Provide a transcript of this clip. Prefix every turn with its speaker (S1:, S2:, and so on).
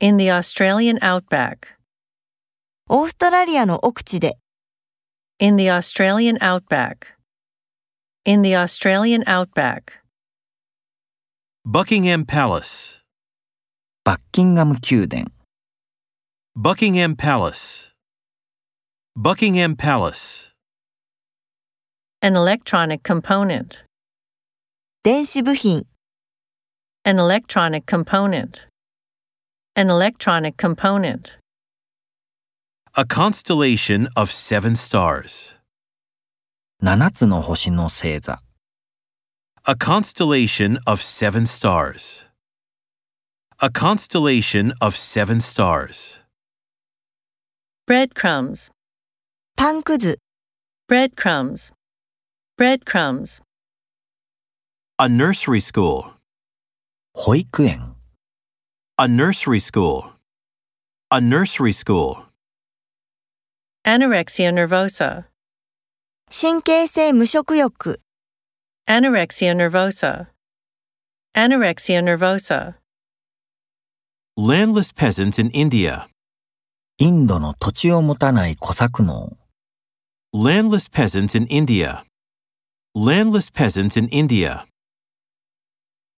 S1: In the Australian outback.
S2: オーストラリアの奥地で、
S1: In the Australian outback. In the Australian outback.
S3: Buckingham Palace.
S4: バッキンガム宮殿
S3: Buckingham Palace. Buckingham Palace.
S1: An electronic component.
S2: 電子部品、
S1: An electronic component. An electronic component.
S3: A constellation of seven stars.
S4: 7つの星の星座
S3: A constellation of seven stars. A constellation of seven stars.
S1: Breadcrumbs.
S2: パンくず、
S1: Breadcrumbs. Breadcrumbs.
S3: A nursery school.
S4: 保育園
S3: A nursery school. A nursery school.
S1: Anorexia nervosa.
S2: 神経性無食欲、
S1: Anorexia nervosa. Anorexia nervosa.
S3: Landless peasants in India.
S4: インドの土地を持たない小作農
S3: Landless peasants in India. Landless peasants in India.